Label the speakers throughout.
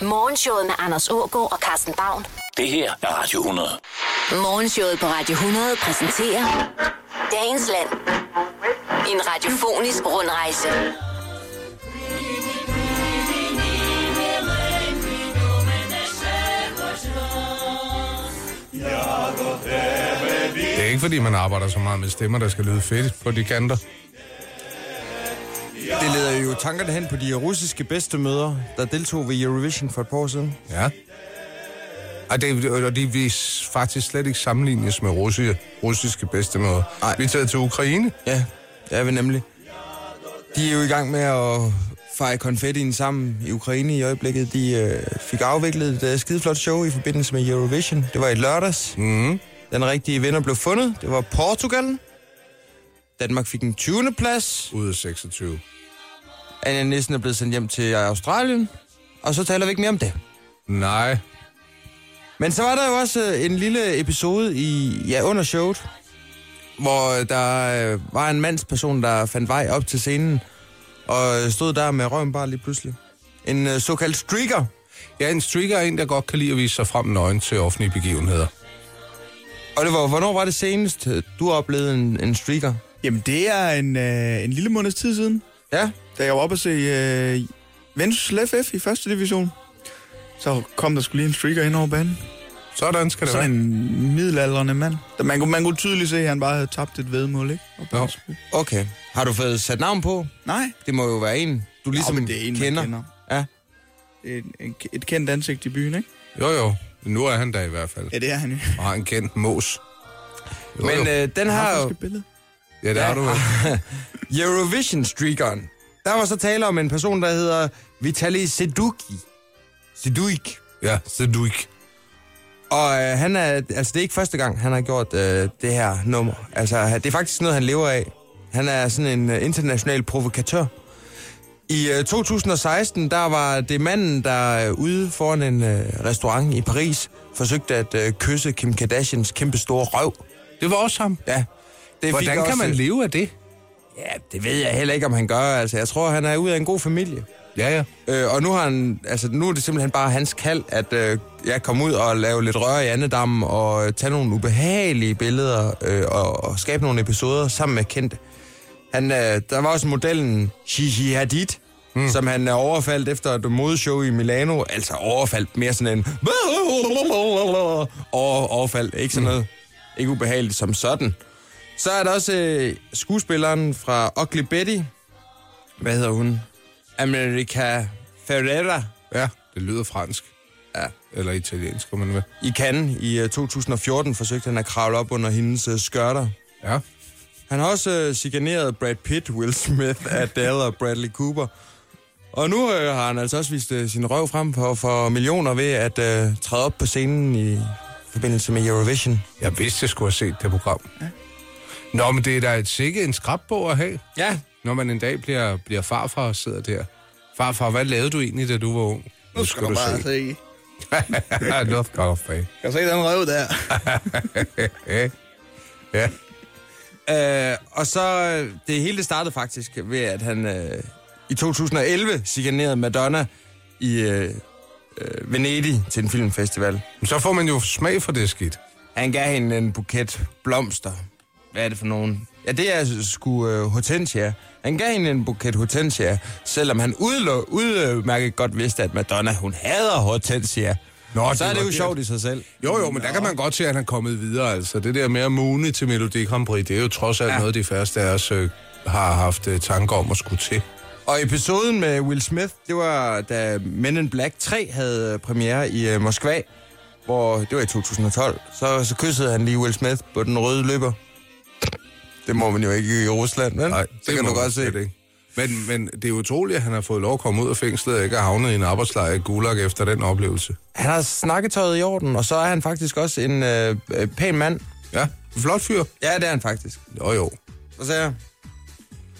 Speaker 1: Morgenshowet med Anders Ågaard og Carsten Baum.
Speaker 2: Det her er Radio 100.
Speaker 1: Morgenshowet på Radio 100 præsenterer Dagens Land. En radiofonisk rundrejse.
Speaker 3: Det er ikke, fordi man arbejder så meget med stemmer, der skal lyde fedt på de kanter.
Speaker 4: Det leder jo tankerne hen på de russiske bedstemøder, der deltog ved Eurovision for et par år siden.
Speaker 3: Ja. Og det, og de vi s- faktisk slet ikke sammenlignes med russie, russiske bedstemøder.
Speaker 4: Nej.
Speaker 3: Vi er taget til Ukraine.
Speaker 4: Ja, det er vi nemlig. De er jo i gang med at feje konfettien sammen i Ukraine i øjeblikket. De øh, fik afviklet et øh, skideflot show i forbindelse med Eurovision. Det var i lørdags. Mm. Den rigtige vinder blev fundet. Det var Portugal. Danmark fik en 20. plads.
Speaker 3: Ude af 26.
Speaker 4: Anja Nissen er blevet sendt hjem til Australien. Og så taler vi ikke mere om det.
Speaker 3: Nej.
Speaker 4: Men så var der jo også øh, en lille episode i ja, under showet, hvor øh, der øh, var en mandsperson, der fandt vej op til scenen, og øh, stod der med røven bare lige pludselig. En øh, såkaldt streaker.
Speaker 3: Ja, en streaker er en, der godt kan lide at vise sig frem nøgen til offentlige begivenheder.
Speaker 4: Og det var, hvornår var det senest, øh, du oplevede en, en streaker?
Speaker 5: Jamen, det er en, øh, en lille måneds tid siden,
Speaker 4: Ja,
Speaker 5: da jeg var oppe og se øh, Vendsyssel FF i første division. Så kom der skulle lige en streaker ind over banen.
Speaker 3: Sådan skal det
Speaker 5: Så
Speaker 3: være.
Speaker 5: en middelalderende mand. Der man, kunne, man kunne tydeligt se, at han bare havde tabt et vedmål, ikke? Og bare
Speaker 3: Nå.
Speaker 5: spil-
Speaker 4: okay. Har du fået sat navn på?
Speaker 5: Nej,
Speaker 4: Det må jo være en, du ligesom
Speaker 5: men det er en, man
Speaker 4: kender.
Speaker 5: kender.
Speaker 4: Ja.
Speaker 5: et, et, et kendt ansigt i byen, ikke? Ah,
Speaker 3: Jo, jo. Nu er han der i hvert fald.
Speaker 5: Ja, det er han jo.
Speaker 3: Og har en kendt mås. Jo,
Speaker 4: Men
Speaker 3: jo.
Speaker 4: øh, den
Speaker 5: Han
Speaker 4: har
Speaker 5: har
Speaker 4: jo...
Speaker 5: faktisk et billede.
Speaker 3: ja, det har du. vel.
Speaker 4: Eurovision-streakeren. Der var så tale om en person, der hedder Vitali Seduki. Seduik.
Speaker 3: Ja, så du ikke.
Speaker 4: Og øh, han er, altså det er ikke første gang, han har gjort øh, det her nummer. Altså det er faktisk noget, han lever af. Han er sådan en øh, international provokatør. I øh, 2016, der var det manden, der øh, ude foran en øh, restaurant i Paris, forsøgte at øh, kysse Kim Kardashians kæmpe store røv.
Speaker 3: Det var også ham.
Speaker 4: Ja. Det fik
Speaker 3: Hvordan
Speaker 4: også-
Speaker 3: kan man leve af det?
Speaker 4: Ja, det ved jeg heller ikke, om han gør. Altså, jeg tror, han er ude af en god familie.
Speaker 3: Ja, ja.
Speaker 4: Øh, og nu, har han, altså, nu er det simpelthen bare hans kald, at øh, jeg kommer ud og lave lidt røre i andedammen, og øh, tage nogle ubehagelige billeder, øh, og, og skabe nogle episoder sammen med kendte. Han, øh, der var også modellen Gigi Hadid, mm. som han øh, overfaldt efter et modeshow i Milano. Altså overfaldt mere sådan en... Over, overfald, ikke sådan noget. Ikke ubehageligt som sådan. Så er der også øh, skuespilleren fra Ugly Betty. Hvad hedder hun? America Ferrera
Speaker 3: Ja, det lyder fransk. Ja. Eller italiensk, kunne man være.
Speaker 4: i Cannes i øh, 2014 forsøgte han at kravle op under hendes øh, skørter.
Speaker 3: Ja.
Speaker 4: Han har også øh, signeret Brad Pitt, Will Smith, Adele og Bradley Cooper. Og nu øh, har han altså også vist øh, sin røv frem for, for millioner ved at øh, træde op på scenen i forbindelse med Eurovision.
Speaker 3: Jeg vidste, jeg skulle have set det program. Ja. Nå, men det er da et sikke en skrabbog at have,
Speaker 4: Ja,
Speaker 3: når man en dag bliver, bliver farfar og sidder der. Farfar, hvad lavede du egentlig, da du var ung? Nu skal du
Speaker 5: bare
Speaker 3: se.
Speaker 5: se.
Speaker 3: Ja, nu skal du se.
Speaker 5: Kan du se den røv der?
Speaker 3: Ja.
Speaker 4: Øh, og så, øh, det hele det startede faktisk ved, at han øh, i 2011 signerede Madonna i øh, øh, Venedig til en filmfestival.
Speaker 3: Men Så får man jo smag for det skidt.
Speaker 4: Han gav hende en buket blomster. Hvad er det for nogen? Ja, det er sgu øh, hortensia. Han gav hende en buket hortensia, selvom han udlo- udmærket godt vidste, at Madonna, hun hader hortensia.
Speaker 3: Nå,
Speaker 4: Så er det jo sjovt i sig selv.
Speaker 3: Jo, jo, men der kan man godt se, at han er kommet videre. Altså, det der med at mune til Melodi Grand Prix, det er jo trods alt ja.
Speaker 4: Ja.
Speaker 3: noget, de færreste af os øh, har haft øh, tanker om at skulle til.
Speaker 4: Og episoden med Will Smith, det var da Men in Black 3 havde øh, premiere i øh, Moskva, hvor det var i 2012. Så, så kyssede han lige Will Smith på den røde løber. Det må man jo ikke i Rusland, men Nej, det kan
Speaker 3: må man
Speaker 4: du godt se.
Speaker 3: slet ikke. Men, men det er utroligt, at han har fået lov at komme ud af fængslet og ikke har havnet i en arbejdslejr i Gulag efter den oplevelse.
Speaker 4: Han har snakketøjet i orden, og så er han faktisk også en øh, øh, pæn mand.
Speaker 3: Ja, flot fyr.
Speaker 4: Ja, det er han faktisk.
Speaker 3: Jo, jo.
Speaker 4: Hvad sagde jeg?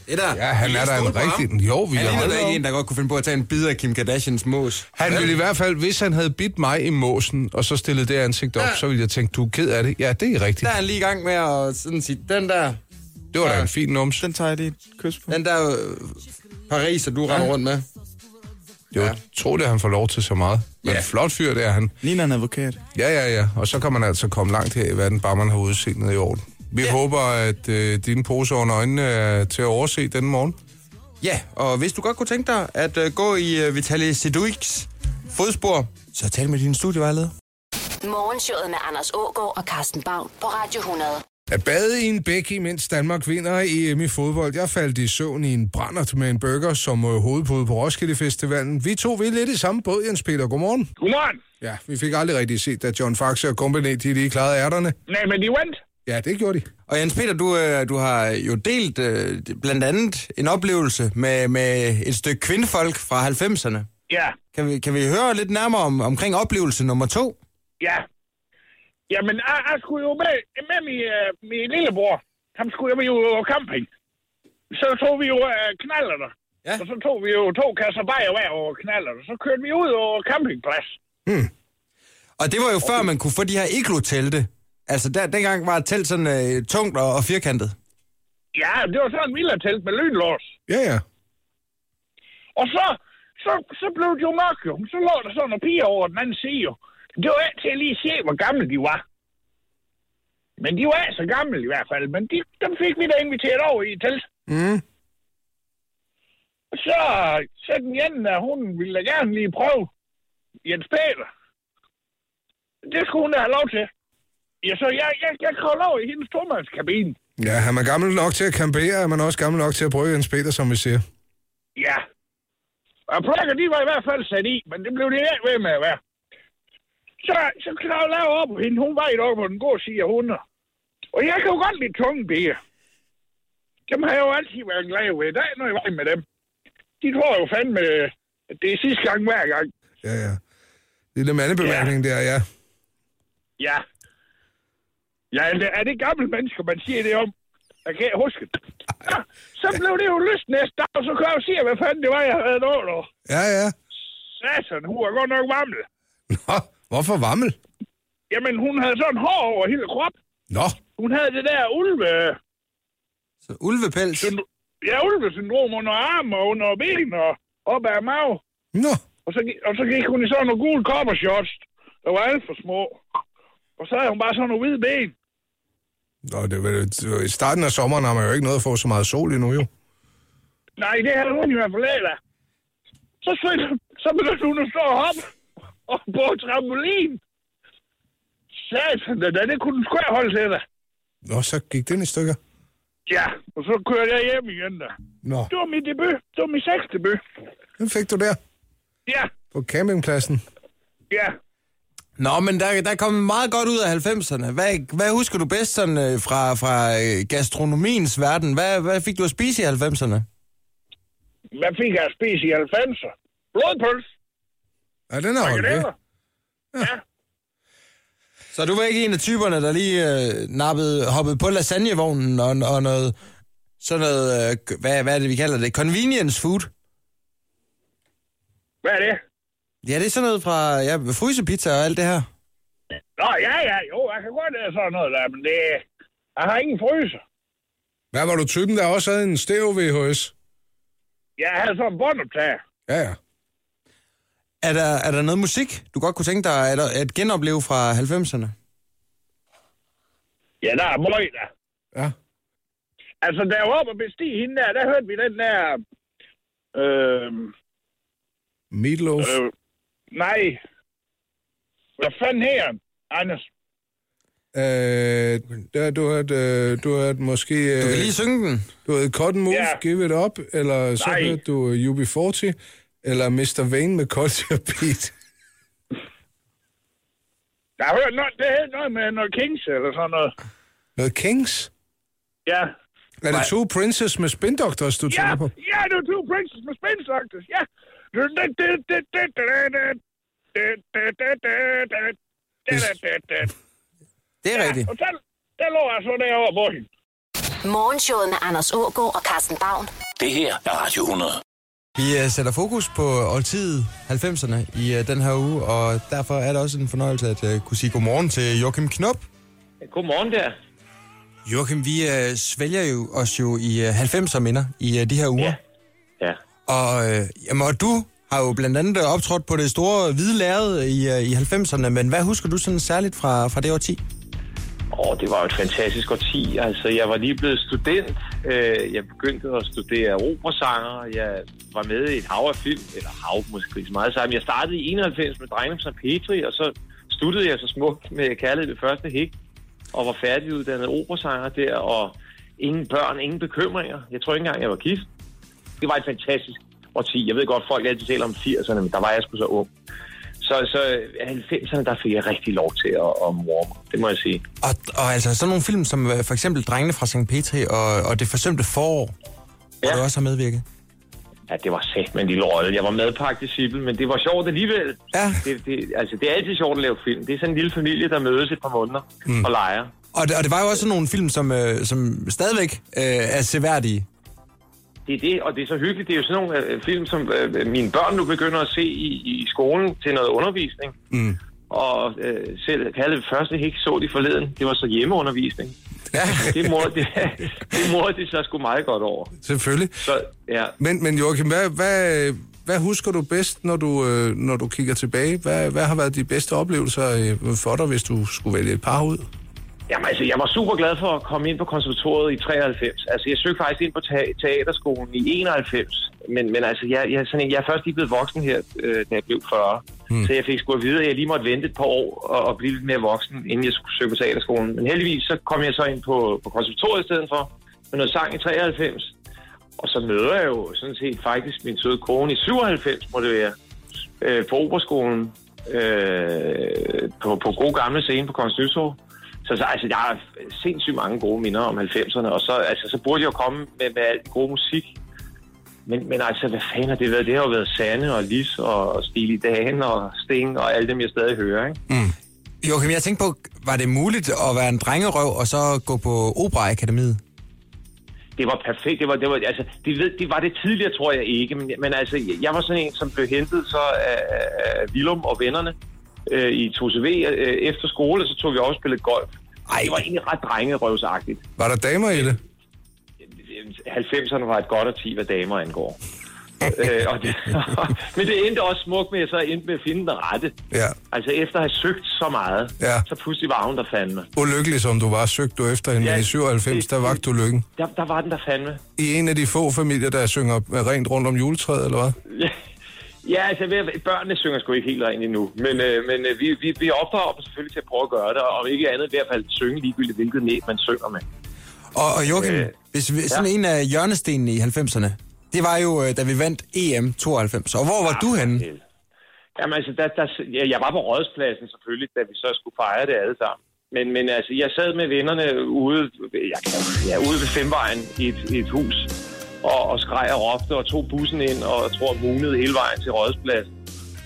Speaker 4: Det der.
Speaker 3: Ja, han er da en rigtig... Jo, vi
Speaker 4: Han
Speaker 3: har
Speaker 4: ligner da ikke
Speaker 3: holdt
Speaker 4: en, der godt kunne finde på at tage en bid af Kim Kardashians mos.
Speaker 3: han ville i hvert fald, hvis han havde bidt mig i måsen, og så stillet det ansigt op, ja.
Speaker 4: Ja.
Speaker 3: så ville jeg tænke, du er ked af det. Ja, det er
Speaker 4: Der
Speaker 3: rigtigt.
Speaker 4: er han lige i gang med at sådan sige, den der,
Speaker 3: Det var da en fin numse.
Speaker 5: Den tager jeg lige et kys på.
Speaker 4: den der øh, Paris, at du render rundt med.
Speaker 3: Jo, ja. tro det, han får lov til så meget. Men
Speaker 4: Ja.
Speaker 3: ja. flot fyr, det er han.
Speaker 5: Ligner en advokat.
Speaker 3: Ja, ja, ja. Og så kan man altså komme langt her i verden, bare man har udseendet i orden. Vi ja. håber, at øh, dine poser under øjnene er til at overse den morgen.
Speaker 4: Ja, og hvis du godt kunne tænke dig at øh, gå i øh, Vitaly Seduiks fodspor, så tal med din studievejleder.
Speaker 1: Morgenshowet med Anders Ågaard og Carsten Baum på Radio 100.
Speaker 3: At bade i en bæk, imens Danmark vinder EM i fodbold. Jeg faldt i søvn i en brændert med en burger som øh, hovedpude på Roskilde Festivalen. Vi to, vi er lidt i samme båd, Jens Peter. Godmorgen.
Speaker 2: Godmorgen.
Speaker 3: Ja, vi fik aldrig rigtig set, at John Faxe og Company, de lige klarede ærterne.
Speaker 2: Nej, men de vandt.
Speaker 3: Ja, det gjorde de.
Speaker 4: Og Jens Peter, du, øh, du har jo delt øh, blandt andet en oplevelse med, med et stykke kvindefolk fra 90'erne.
Speaker 2: Ja,
Speaker 4: Kan vi, kan vi høre lidt nærmere om, omkring oplevelse nummer to?
Speaker 2: ja. Jamen, jeg, jeg skulle jo med, med min, øh, min lillebror. Ham skulle jeg med jo på camping. Så tog vi jo øh, knaller der.
Speaker 4: Ja.
Speaker 2: Og så tog vi jo to kasser bajer hver over knaller der. Så kørte vi ud over campingplads.
Speaker 4: Og det var jo okay. før, man kunne få de her iglo-telte. Altså, der, dengang var et telt sådan øh, tungt og, og firkantet.
Speaker 2: Ja, det var sådan en villatelt med lynlås.
Speaker 3: Ja, ja.
Speaker 2: Og så, så, så blev det jo mørkt jo. Så lå der sådan nogle piger over den anden side jo. Det var ikke til at lige se, hvor gamle de var. Men de var ikke så gamle i hvert fald. Men de, dem fik vi da inviteret over i et telt. Mm. Så, så den ene, der, hun ville da gerne lige prøve Jens Peter. Det skulle hun da have lov til. Ja, så jeg, jeg, jeg kravler over i hendes tomandskabine.
Speaker 3: Ja, er man gammel nok til at kampere, er man også gammel nok til at prøve Jens Peter, som vi siger.
Speaker 2: Ja. Og plukker, de var i hvert fald sat i, men det blev de ikke ved med at være. Så, så kravlede jeg op på hende. Hun var i dag på den gode side af 100. Og jeg kan jo godt lide tunge bier. Dem har jeg jo altid været glad ved. Der er noget i vejen med dem. De tror jo fandme, at det er sidste gang hver gang.
Speaker 3: Ja, ja. Lille mandebemærkning ja. der, ja.
Speaker 2: Ja. Ja, er det, er det gamle mennesker, man siger det om? Jeg kan ikke huske det. Ja, så blev det jo lyst næste dag, og så kan jeg jo se, hvad fanden det var, jeg havde nået over.
Speaker 3: Ja, ja.
Speaker 2: Satan, hun var godt nok varmel.
Speaker 3: Nå, hvorfor vammel?
Speaker 2: Jamen, hun havde sådan hår over hele kroppen.
Speaker 3: Nå,
Speaker 2: Hun havde det der ulve...
Speaker 4: Så ulvepels.
Speaker 2: Ja, ulvesyndrom under armen og under ben og op ad mave.
Speaker 3: nå.
Speaker 2: Og så, gi- og så gik hun i sådan nogle gule koppershorts, der var alt for små. Og så havde hun bare sådan nogle hvide ben.
Speaker 3: Nå, det, var- det, var- i starten af sommeren har man jo ikke noget at få så meget sol endnu, jo.
Speaker 2: Nej, det havde hun i hvert fald af. Så, sving- så begyndte hun at stå og hoppe og på trampolin. Satan, da, det kunne den sgu ikke holde til dig.
Speaker 3: Nå, så gik den i stykker.
Speaker 2: Ja, og så kørte jeg hjem igen der.
Speaker 3: Nå,
Speaker 2: Det var min debut. Det var min seks debut.
Speaker 3: den fik du der
Speaker 2: Ja,
Speaker 3: på campingpladsen.
Speaker 2: ja.
Speaker 4: Nå, men der, der kom meget godt ud af 90'erne. Hvad, hvad husker du bedst sådan, øh, fra, fra øh, gastronomiens verden? Hvad, hvad fik du at spise i 90'erne?
Speaker 2: Hvad fik jeg at spise i 90'er? Blodpøls.
Speaker 3: Ja, den er holdt ved.
Speaker 2: Frikadeller. Ja.
Speaker 4: Så du var ikke en af typerne, der lige øh, nappede, hoppede på lasagnevognen og, og noget, sådan noget, øh, k- hvad, hvad er det, vi kalder det? Convenience food?
Speaker 2: Hvad er det?
Speaker 4: Ja, det er sådan noget fra ja, frysepizza og alt det her.
Speaker 2: Nå, ja, ja, jo, jeg kan godt lide sådan noget der, men det... Jeg har ingen fryser.
Speaker 3: Hvad var du typen, der også havde en stæv VHS?
Speaker 2: Jeg havde sådan en båndoptager.
Speaker 3: Ja, ja.
Speaker 4: Er der, er der noget musik, du godt kunne tænke dig at, at genopleve fra 90'erne?
Speaker 2: Ja, der er møg der.
Speaker 3: Ja.
Speaker 2: Altså, da jeg var oppe og bestige hende der, der hørte vi den der... Øh,
Speaker 3: Meatloaf.
Speaker 2: øh, nej. Hvad fanden her, Anders?
Speaker 3: Øh, der, du hørte, øh, du hørte måske...
Speaker 4: Du kan
Speaker 3: Øh,
Speaker 4: lige synge den.
Speaker 3: du hørte Cotton Move,
Speaker 2: Ja.
Speaker 3: Give It Up, eller så
Speaker 2: Nej.
Speaker 3: hørte du øh, UB40, eller Mr. Vane med Culture Beat.
Speaker 2: Jeg har hørt noget, det hed noget med noget Kings eller sådan noget.
Speaker 3: Noget Kings?
Speaker 2: Ja.
Speaker 3: Er det to Princess med Spin Doctors, du
Speaker 2: Ja,
Speaker 3: tænker på?
Speaker 2: ja, det er Two Princes med spændsagtes, ja.
Speaker 4: Det er ja. rigtigt.
Speaker 2: Og der, der lå jeg så derovre på hende.
Speaker 1: Morgenshowet med Anders Ågaard og Carsten Baum.
Speaker 6: Det her er Radio 100.
Speaker 4: Vi øh, sætter fokus på årtiet 90'erne i øh, den her uge, og derfor er det også en fornøjelse at øh, kunne sige godmorgen til Joachim Knop.
Speaker 7: Godmorgen der.
Speaker 4: Joachim, vi øh, svælger jo os jo i øh, 90'er minder i øh, de her uger.
Speaker 7: Ja.
Speaker 4: Og øh, jamen, og du har jo blandt andet øh, optrådt på det store hvide lærred i, øh, i 90'erne, men hvad husker du sådan særligt fra, fra det årti?
Speaker 7: Åh, det var jo et fantastisk årti. Altså, jeg var lige blevet student. Øh, Jeg begyndte at studere operasanger. Jeg var med i et hav af film, eller hav måske ikke så meget sammen. Jeg startede i 91 med Drengene fra Petri, og så sluttede jeg så smukt med Kærlighed det første hik, og var færdiguddannet operasanger der, og ingen børn, ingen bekymringer. Jeg tror ikke engang, jeg var gift. Det var et fantastisk årti. Jeg ved godt, folk altid taler om 80'erne, men der var jeg sgu så ung. Så, så øh, 90'erne, der fik jeg rigtig lov til at, at morme. Det må jeg sige.
Speaker 4: Og, og altså sådan nogle film som øh, for eksempel Drengene fra St. Petri og, og Det forsømte forår, ja. hvor
Speaker 7: Ja.
Speaker 4: du også har medvirket.
Speaker 7: Ja, det var sæt med en lille rolle. Jeg var medpagt i Sibbel, men det var sjovt alligevel.
Speaker 4: Ja.
Speaker 7: Det, det, altså, det er altid sjovt at lave film. Det er sådan en lille familie, der mødes et par måneder mm. og leger.
Speaker 4: Og det, og det var jo også sådan nogle film, som, øh, som stadigvæk øh, er seværdige.
Speaker 7: Det er det, og det er så hyggeligt. Det er jo sådan nogle øh, film, som øh, mine børn nu begynder at se i, i skolen til noget undervisning. Mm. Og øh, selv kalde det første hik så de forleden. Det var så hjemmeundervisning.
Speaker 3: Ja,
Speaker 7: Det mor, det, det mor, de så sgu meget godt over.
Speaker 3: selvfølgelig.
Speaker 7: Så ja,
Speaker 3: Men, men Joachim, hvad, hvad, hvad husker du bedst, når du, øh, når du kigger tilbage? Hvad, hvad har været de bedste oplevelser øh, for dig, hvis du skulle vælge et par ud?
Speaker 7: Jamen altså, jeg var super glad for at komme ind på konservatoriet i 93. Altså, jeg søgte faktisk ind på ta- teaterskolen i 91. Men, men altså, jeg, jeg, er sådan, en- jeg er først lige blevet voksen her, øh, da jeg blev 40. Mm. Så jeg fik sgu at vide, at jeg lige måtte vente et par år og, og blive lidt mere voksen, inden jeg skulle søge på teaterskolen. Men heldigvis, så kom jeg så ind på, på konservatoriet i stedet for, med noget sang i 93. Og så møder jeg jo sådan set faktisk min søde kone i 97, må det være, øh, på operaskolen, øh, på, på god gamle scene på Kongens Nytorv. Så, så altså, jeg har sindssygt mange gode minder om 90'erne, og så, altså, så burde jeg jo komme med, med alt god musik. Men, men altså, hvad fanden har det været? Det har jo været Sande og Lis og Stil i dagen og Sting og alle dem, jeg stadig hører, ikke?
Speaker 4: Joachim, jeg tænkte på, var det muligt at være en drengerøv og så gå på Operaakademiet?
Speaker 7: det var perfekt. Det var, det var, altså, det, ved, det var det tidligere, tror jeg ikke. Men, men altså, jeg, jeg var sådan en, som blev hentet så af, af Willum og vennerne øh, i 2CV. Øh, efter skole, så tog vi også spillet golf. Ej. Det var egentlig ret drengerøvsagtigt.
Speaker 3: Var der damer i det?
Speaker 7: 90'erne var et godt årti, hvad damer angår. øh, og det, men det endte også smukt med, at jeg så endte med at finde den rette.
Speaker 3: Ja.
Speaker 7: Altså efter at have søgt så meget,
Speaker 3: Ja.
Speaker 7: så pludselig var hun der fandme.
Speaker 3: Ulykkelig som du var, søgte du efter hende, ja,
Speaker 7: Ja,
Speaker 3: men i 97,
Speaker 7: det-
Speaker 3: der vagt du lykken.
Speaker 7: Der, der var den der fandme.
Speaker 3: I en af de få familier, der synger rent rundt om juletræet, eller hvad?
Speaker 7: Ja, ja altså ved at- børnene synger sgu ikke helt rent endnu, men, øh, men øh, vi, vi, vi opdrager dem selvfølgelig til at prøve at gøre det, og ikke andet i hvert fald synge ligegyldigt, hvilket næb man synger med.
Speaker 4: Og, og Joachim, øh,
Speaker 7: Øh,
Speaker 4: hvis vi, sådan en af hjørnestenene i 90'erne, det var jo, øh, da vi vandt EM 92. Og hvor var du henne?
Speaker 7: Øh, Jamen altså, der, der, ja, jeg var på rådspladsen selvfølgelig, da vi så skulle fejre det alle sammen. Men, men altså, jeg sad med vennerne ude, jeg, kan- ja, ude ved Femvejen i et, i et hus, og, og skreg og råbte, og tog bussen ind, og jeg tror, munede hele vejen til rådspladsen,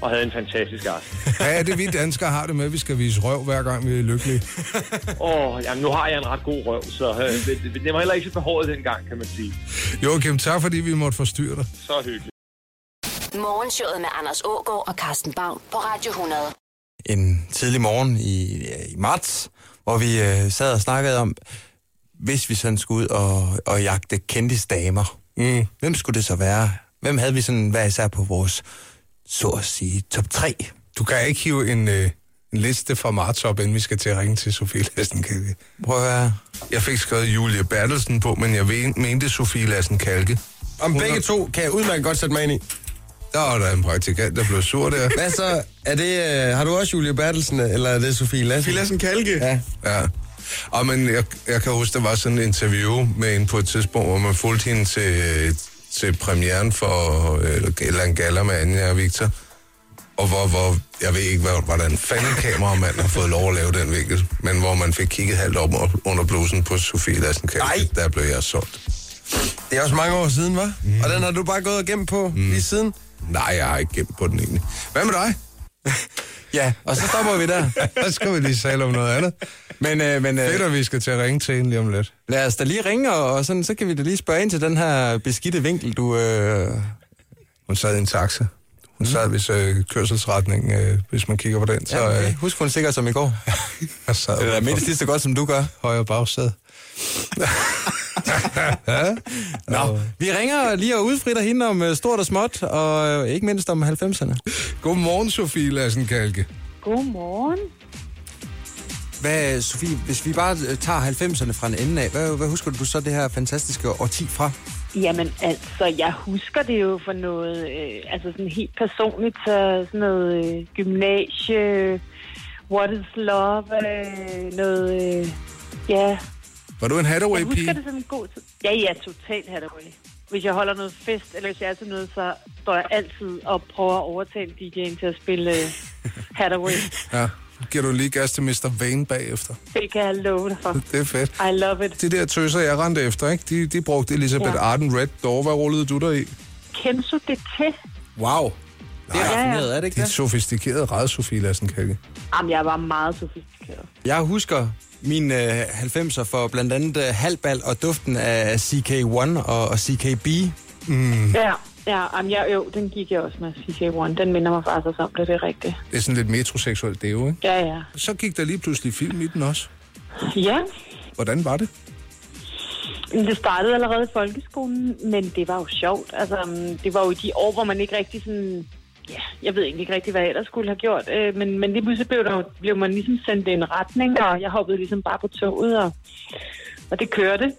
Speaker 7: og havde en fantastisk aften.
Speaker 3: Ja, det vi danskere har det med, vi skal vise røv, hver gang vi er lykkelige.
Speaker 7: Åh, oh, jamen nu har jeg en ret god røv, så øh, det, det, det var heller ikke så behåret dengang, kan man sige.
Speaker 3: Joachim, tak fordi vi måtte forstyrre dig.
Speaker 7: Så hyggeligt.
Speaker 1: Morgenshowet med Anders Ågaard og Carsten Baum på Radio 100.
Speaker 4: En tidlig morgen i, i marts, hvor vi øh, sad og snakkede om, hvis vi sådan skulle ud og, og jagte kendisdamer. Mm. Hvem skulle det så være? Hvem havde vi sådan hver især på vores, så at sige, top 3?
Speaker 3: Du kan ikke hive en, øh, en liste fra marts op, inden vi skal til at ringe til Sofie Lassen. Kalke.
Speaker 4: Prøv at høre.
Speaker 3: Jeg fik skrevet Julie Bertelsen på, men jeg ven- mente Sofie Lassen Kalke.
Speaker 8: Om begge to kan jeg udmærket godt sætte mig ind i.
Speaker 3: Der var der en praktikant, der blev sur der.
Speaker 8: Hvad så? Er det, øh, har du også Julie Bertelsen, eller er det Sofie Lassen?
Speaker 5: Sofie Lassen Kalke.
Speaker 8: Ja.
Speaker 3: Ja. Og men jeg, jeg kan huske, der var sådan en interview med hende på et tidspunkt, hvor man fulgte hende til, øh, til premieren for øh, eller en gala med Anja og Victor. Og hvor, hvor, jeg ved ikke, hvad, hvordan fanden kameramanden har fået lov at lave den vinkel, men hvor man fik kigget halvt op under blusen på Sofie Lassen
Speaker 8: Nej.
Speaker 3: Der blev jeg solgt.
Speaker 8: Det er også mange år siden, var? Mm. Og den har du bare gået og gemt på mm. lige siden?
Speaker 3: Nej, jeg har ikke gemt på den egentlig. Hvad med dig?
Speaker 4: Ja, og så stopper vi der.
Speaker 3: Så skal vi lige tale om noget andet.
Speaker 4: Men, øh, men øh,
Speaker 3: Fedt, at vi skal til at ringe til hende lige om lidt.
Speaker 4: Lad os da lige ringe, og og sådan, så kan vi da lige spørge ind til den her beskidte vinkel, du... Øh... Mm.
Speaker 3: Hun sad i en taxa. Hun sad hvis øh, kørselsretningen, øh, hvis man kigger på den, så
Speaker 4: Ja, okay.
Speaker 3: øh,
Speaker 4: Husk hun sikkert som i går.
Speaker 3: jeg sad
Speaker 4: Eller
Speaker 3: udenfor.
Speaker 4: mindst lige så godt, som du gør.
Speaker 3: højre bagsæde.
Speaker 4: Nå, vi ringer lige og udfritter hende om øh, stort og småt, og øh, ikke mindst om 90'erne.
Speaker 3: Godmorgen, Sofie Lassen-Kalke.
Speaker 9: Godmorgen.
Speaker 4: Hvad, Sofie, hvis vi bare øh, tager 90'erne fra en ende af, hvad, hvad husker du så det her fantastiske årti fra?
Speaker 9: Jamen altså, jeg husker det jo for noget, øh, altså sådan helt personligt, så sådan noget øh, gymnasie, øh, what is love, øh, noget, øh, ja,
Speaker 3: Var du en
Speaker 9: jeg husker det
Speaker 3: Hathaway-pige?
Speaker 9: som en god tid. Ja, ja, totalt Hathaway. Hvis jeg holder noget fest, eller hvis jeg er til noget, så står jeg altid og prøver at overtale DJ'en til at spille øh, Hathaway.
Speaker 3: Ja. Giver du lige gas til Mr. Vane bagefter?
Speaker 9: Det kan jeg love dig for.
Speaker 3: Det er fedt.
Speaker 9: I love it.
Speaker 3: De der tøser, jeg rendte efter, ikke? De, de brugte Elisabeth ja.
Speaker 9: Ja.
Speaker 3: Arden Red Door. Hvad rullede du der i?
Speaker 9: Kenzo det til.
Speaker 4: Wow. Det er
Speaker 9: ja.
Speaker 4: raffineret, er det ikke
Speaker 3: Det er
Speaker 4: det?
Speaker 3: sofistikeret ret, Sofie Lassen-Kalke.
Speaker 9: Jamen, jeg var meget sofistikeret.
Speaker 4: Jeg husker min øh, 90'er for blandt andet øh, halvbal og duften af CK1 og, og CKB.
Speaker 9: Ja, ja jamen, jeg, jo, den gik jeg også med, CJ1. Den minder mig faktisk om det, det er rigtigt.
Speaker 3: Det er sådan lidt metroseksuelt, det er jo, ikke?
Speaker 9: Ja, ja.
Speaker 3: Så gik der lige pludselig film i den også.
Speaker 9: Ja,
Speaker 3: Hvordan var det?
Speaker 9: men det startede allerede i folkeskolen, men det var jo sjovt. Altså, mm, det var jo i de år, hvor man ikke rigtig sådan... Ja, jeg ved egentlig ikke rigtig, hvad jeg ellers skulle have gjort. Øh, men, men lige pludselig blev, der, jo- blev man ligesom sendt i en retning, og jeg hoppede ligesom bare på toget, og, og det kørte.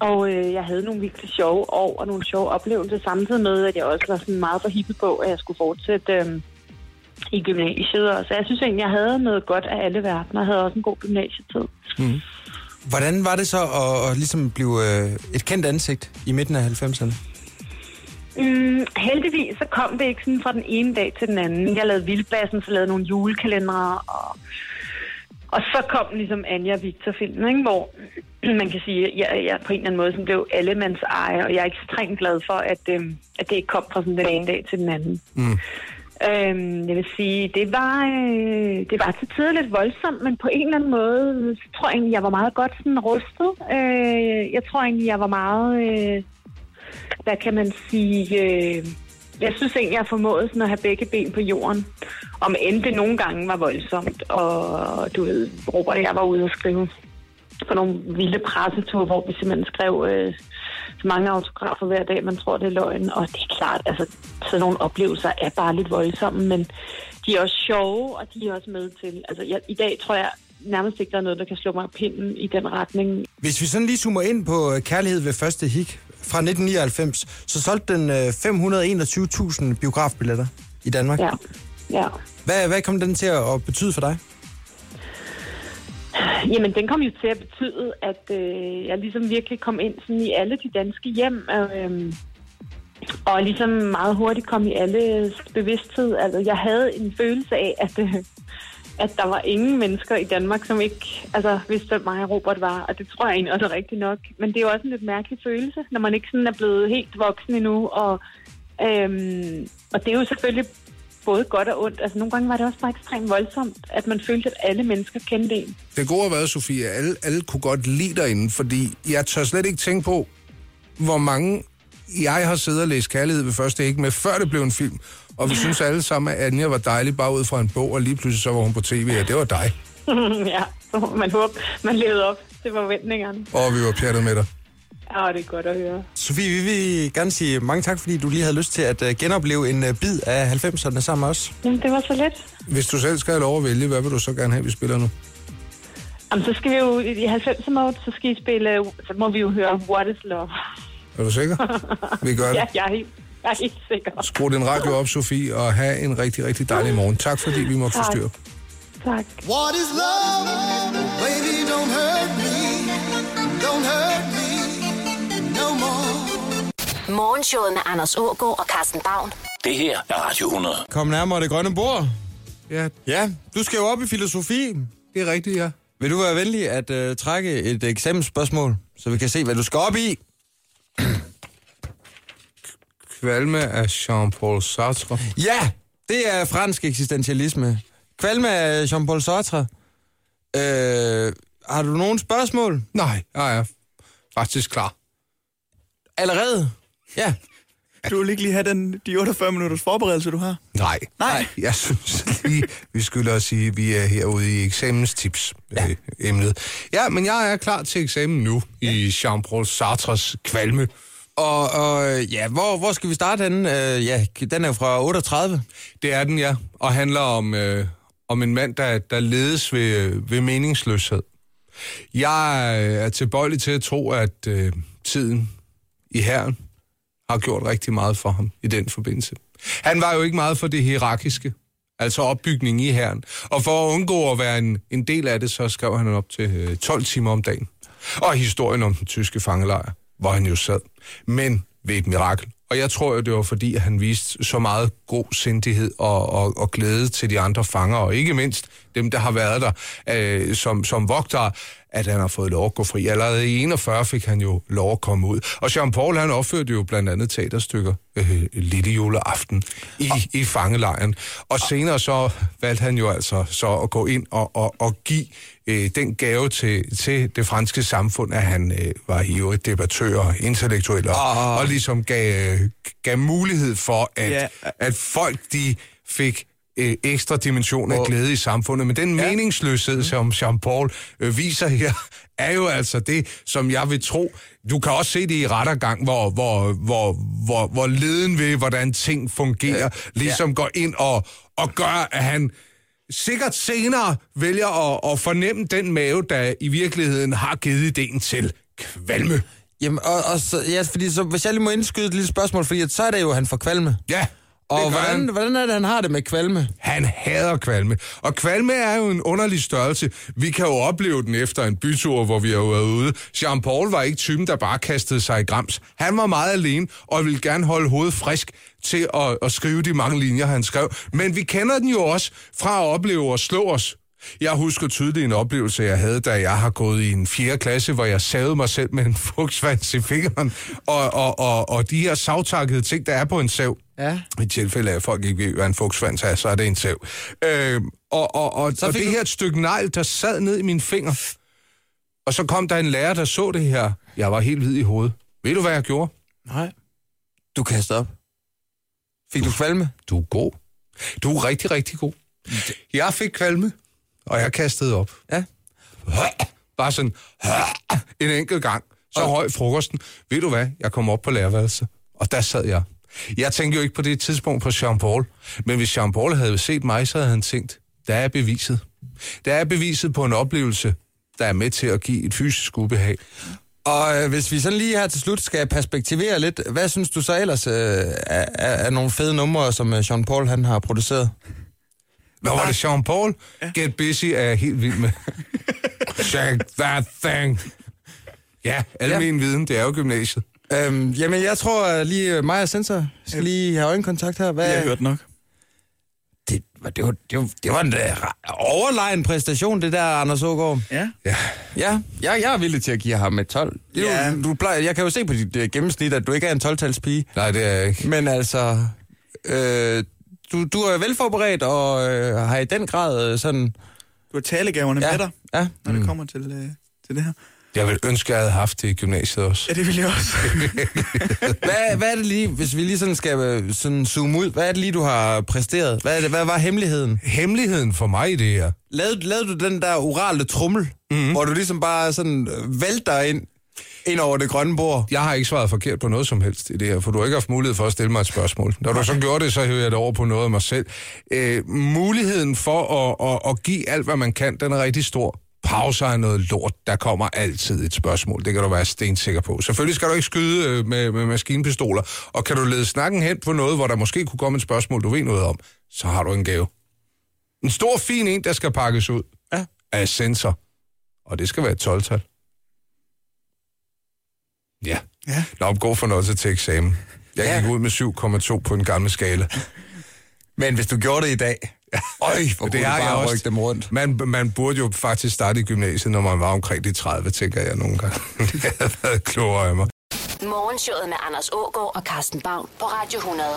Speaker 9: Og øh, jeg havde nogle virkelig sjove år og nogle sjove oplevelser, samtidig med, at jeg også var sådan meget forhippet på, at jeg skulle fortsætte øh, i gymnasiet. Og, så jeg synes egentlig, jeg havde noget godt af alle verdener, og havde også en god gymnasietid.
Speaker 4: Hvordan var det så at, at ligesom blive øh, et kendt ansigt i midten af 90'erne?
Speaker 9: Mm, heldigvis så kom det ikke sådan fra den ene dag til den anden. Jeg lavede Vildbassen, så lavede nogle julekalendere, og, og så kom ligesom Anja og Victor filmen, ikke? hvor man kan sige, at jeg, jeg på en eller anden måde sådan blev allemands ejer, og jeg er ekstremt glad for, at, øhm, at det ikke kom fra sådan den ene dag til den anden. Mm. Øhm, jeg vil sige, det var, øh, det var til tider lidt voldsomt, men på en eller anden måde, så tror jeg egentlig, jeg var meget godt sådan rustet. Øh, jeg tror egentlig, jeg var meget... Øh, hvad kan man sige, øh, jeg synes egentlig, jeg har formået sådan at have begge ben på jorden. Om end det nogle gange var voldsomt, og du ved, Robert og jeg var ude og skrive på nogle vilde presseture, hvor vi simpelthen skrev øh, så mange autografer hver dag, man tror, det er løgn. Og det er klart, altså, sådan nogle oplevelser er bare lidt voldsomme, men de er også sjove, og de er også med til. Altså, jeg, i dag tror jeg nærmest ikke, der er noget, der kan slå mig af pinden i den retning.
Speaker 4: Hvis vi sådan lige zoomer ind på øh, Kærlighed ved første hik fra 1999, så solgte den øh, 521.000 biografbilletter i Danmark.
Speaker 9: Ja, ja.
Speaker 4: Hvad, hvad kom den til at at betyde for dig?
Speaker 9: Jamen, den kom jo til at betyde, at øh, jeg ligesom virkelig kom ind sådan i alle de danske hjem, og, øh, og ligesom meget hurtigt kom i alles bevidsthed. Altså, jeg havde en følelse af, at, øh, at der var ingen mennesker i Danmark, som ikke altså, vidste, hvem mig og Robert var, og det tror jeg egentlig også er rigtigt nok. Men det er jo også en lidt mærkelig følelse, når man ikke sådan er blevet helt voksen endnu, og, øhm, og det er jo selvfølgelig både godt og ondt. Altså, nogle gange var det også bare ekstremt voldsomt, at man følte, at alle mennesker kendte en.
Speaker 3: Det gode har været, Sofie, at alle, alle kunne godt lide dig inden, fordi jeg tør slet ikke tænke på, hvor mange jeg har siddet og læst Kærlighed ved første ikke med, før det blev en film. Og vi synes alle sammen, at Anja var dejlig bare ud fra en bog, og lige pludselig så var hun på tv, og det var dig.
Speaker 9: ja, så må man håber, man levede op til forventningerne.
Speaker 3: Og vi var pjattet med dig.
Speaker 9: Ja, det er godt at høre.
Speaker 4: Sofie, vi vil gerne sige mange tak, fordi du lige havde lyst til at øh, genopleve en øh, bid af 90'erne sammen med os.
Speaker 9: Jamen, det var så let.
Speaker 3: Hvis du selv skal have lov at vælge, hvad vil du så gerne have, vi spiller nu?
Speaker 9: Jamen, så skal vi jo i 90'er mode, så skal I spille, så må vi jo høre What is Love.
Speaker 3: Er du sikker? Vi gør det.
Speaker 9: Ja, jeg er helt, jeg er helt sikker.
Speaker 3: Skru din radio op, Sofie, og have en rigtig, rigtig dejlig morgen. Tak fordi vi måtte
Speaker 9: Tak.
Speaker 3: forstyrre.
Speaker 9: Tak.
Speaker 10: What is love? Baby, don't hurt me. Don't hurt me no more.
Speaker 1: Morgenshowet med Anders Ågaard og Carsten Baum.
Speaker 6: Det her er Radio 100.
Speaker 4: Kom nærmere det grønne bord.
Speaker 3: Ja,
Speaker 4: Ja, du skal jo op i filosofi.
Speaker 3: det er rigtigt, ja.
Speaker 4: Vil du være venlig at øh, trække et eksamensspørgsmål, så vi kan se, hvad du skal op i?
Speaker 3: Kvalme af Jean-Paul Sartre.
Speaker 4: Ja, det er fransk eksistentialisme. Kvalme af Jean-Paul Sartre. Øh, har du nogen spørgsmål?
Speaker 3: Nej, jeg er faktisk klar.
Speaker 4: Allerede? Ja.
Speaker 5: Du vil ikke lige have den, de 48 minutters forberedelse, du har?
Speaker 3: Nej.
Speaker 5: Nej.
Speaker 3: Jeg synes lige, vi skylder at sige, at vi er herude i eksamenstips ja. øh, emnet. Ja, men jeg er klar til eksamen nu ja. i Jean-Paul Sartres kvalme.
Speaker 4: Og, og øh, ja, hvor, hvor skal vi starte henne? Øh, ja, den er jo fra 38.
Speaker 3: Det er den, ja. Og handler om, øh, om en mand, der, der ledes ved, øh, ved meningsløshed. Jeg øh, er tilbøjelig til at tro, at øh, tiden i herren har gjort rigtig meget for ham i den forbindelse. Han var jo ikke meget for det hierarkiske, altså opbygningen i herren. Og for at undgå at være en, en del af det, så skrev han op til øh, 12 timer om dagen. Og historien om den tyske fangelejr, hvor han jo sad. Men ved et mirakel. Og jeg tror jo, det var fordi, at han viste så meget god sindighed og, og, og glæde til de andre fanger, og ikke mindst dem, der har været der øh, som, som vogtere, at han har fået lov at gå fri. Allerede i 41 fik han jo lov at komme ud. Og Jean-Paul, han opførte jo blandt andet teaterstykker øh, lille juleaften i, og, i fangelejren. Og senere så valgte han jo altså så at gå ind og, og, og give øh, den gave til, til det franske samfund, at han øh, var i øvrigt debattør og intellektuel, og, og, og ligesom gav, øh, gav mulighed for, at,
Speaker 5: Ja.
Speaker 3: ja. at folk de fik øh, ekstra dimension af
Speaker 4: Og-
Speaker 3: glæde i samfundet. Men den
Speaker 4: Mm.
Speaker 3: meningsløshed, som Jean-Paul øh, viser her, er jo altså det, som jeg vil tro. Du kan også se det i rettergang, hvor, hvor, hvor, hvor, hvor leden ved, hvordan ting fungerer, ligesom går ind og, og gør, at han sikkert senere vælger at, at fornemme den mave, der i virkeligheden har givet ideen til kvalme.
Speaker 4: Jamen, og, og så, ja, fordi så, hvis jeg lige må indskyde et lille spørgsmål, fordi at, så er det jo, at han får kvalme.
Speaker 3: Ja,
Speaker 4: Og
Speaker 3: gør
Speaker 4: hvordan,
Speaker 3: han.
Speaker 4: hvordan er det, han har det med kvalme?
Speaker 3: Han hader kvalme. Og kvalme er jo en underlig størrelse. Vi kan jo opleve den efter en bytur, hvor vi har været ude. Jean-Paul var ikke typen, der bare kastede sig i grams. Han var meget alene og ville gerne holde hovedet frisk til at, at skrive de mange linjer, han skrev. Men vi kender den jo også fra at opleve og slå os. Jeg husker tydeligt en oplevelse, jeg havde, da jeg har gået i en 4. klasse, hvor jeg savede mig selv med en frugtsvans i fingeren. Og, og, og, og de her savtakkede ting, der er på en sav.
Speaker 4: Ja.
Speaker 3: I tilfælde af, at folk ikke ved, hvad en fugtsvans er, så er det en sav. Øh, og og, og, og det
Speaker 4: fik
Speaker 3: du...
Speaker 4: du-
Speaker 3: her et stykke negl, der sad ned i mine fingre. Og så kom der en lærer, der så det her. Jeg var helt hvid i hovedet. Ved du, hvad jeg gjorde?
Speaker 5: Nej.
Speaker 4: Du kaster op. Fik du kvalme?
Speaker 3: Du er god. Du er rigtig, rigtig god. Jeg fik kvalme, og jeg kastede op.
Speaker 4: Ja.
Speaker 3: Bare sådan en enkelt gang. Så høj frokosten. Ved du hvad? Jeg kom op på lærerværelset, og der sad jeg. Jeg tænkte jo ikke på det tidspunkt på Jean-Paul, men hvis Jean-Paul havde set mig, så havde han tænkt, der er beviset. Der er beviset på en oplevelse, der er med til at give et fysisk ubehag.
Speaker 4: Og øh, hvis vi sådan lige her til slut skal perspektivere lidt, hvad synes du så ellers øh, er, er, er nogle fede numre, som øh, Jean-Paul han har produceret?
Speaker 3: Hvad var det, Jean-Paul? Get Busy er jeg helt vild med. Check that thing. Ja, almen ja. viden, det er jo gymnasiet.
Speaker 4: Øhm, jamen, jeg tror at lige øh, mig og Sensor skal lige have øjenkontakt her. Hvad,
Speaker 5: Jeg har hørt nok.
Speaker 4: Det, var- det, var, det, var, det var en øh, ra- overlegen præstation, det der, Anders Ågaard.
Speaker 5: Ja.
Speaker 4: Ja, jeg, jeg er villig til at give ham et 12. Det er
Speaker 5: Ja.
Speaker 4: Jo, du plejer, jeg kan jo se på dit øh, gennemsnit, at du ikke er en 12-talspige.
Speaker 3: Nej, det er jeg ikke.
Speaker 4: Men altså, øh, du, du er velforberedt og øh, har i den grad øh, sådan...
Speaker 5: Du har talegaverne
Speaker 4: Ja,
Speaker 5: med dig,
Speaker 4: ja.
Speaker 5: når det kommer til, øh, til det her.
Speaker 3: Jeg ville ønske, at jeg havde haft det i gymnasiet også.
Speaker 5: Ja, det vil jeg også.
Speaker 4: Hvad, hvad er det lige, hvis vi lige sådan skal øh, sådan zoome ud, hvad er det lige, du har præsteret? Hvad, er det, hvad var hemmeligheden?
Speaker 3: Hemmeligheden for mig i det her, Mhm.
Speaker 4: Lavede, lavede du den der orale trummel, mm-hmm. hvor du ligesom bare sådan øh, vælter ind, ind over det grønne bord?
Speaker 3: jeg har ikke svaret forkert på noget som helst i det her, for du har ikke haft mulighed for at stille mig et spørgsmål. Når du så gjorde det, så hører jeg det over på noget af mig selv. Øh, muligheden for at, at, at give alt, hvad man kan, den er rigtig stor. Pauser er noget lort. Der kommer altid et spørgsmål. Det kan du være stensikker på. Selvfølgelig skal du ikke skyde øh, med, med maskinpistoler. Og kan du lede snakken hen på noget, hvor der måske kunne komme et spørgsmål, du ved noget om, så har du en gave. En stor, fin en, der skal pakkes ud
Speaker 4: Ja.
Speaker 3: af sensor. Og det skal være et 12-tal. Ja.
Speaker 5: Ja.
Speaker 3: Nå, god fornøjelse til eksamen. Jeg
Speaker 4: Ja.
Speaker 3: gik ud med 7,2 på en gammel skala.
Speaker 4: Men hvis du gjorde det i dag, øj, hvor
Speaker 3: det
Speaker 4: kunne det du
Speaker 3: har jeg
Speaker 4: bare
Speaker 3: også.
Speaker 4: rykke dem rundt.
Speaker 3: Man, man burde jo faktisk starte i gymnasiet, når man var omkring de 30, tænker jeg nogle gange. jeg havde været klogere af mig.
Speaker 1: Morgenshowet med Anders Ågaard og Carsten Baum på Radio 100.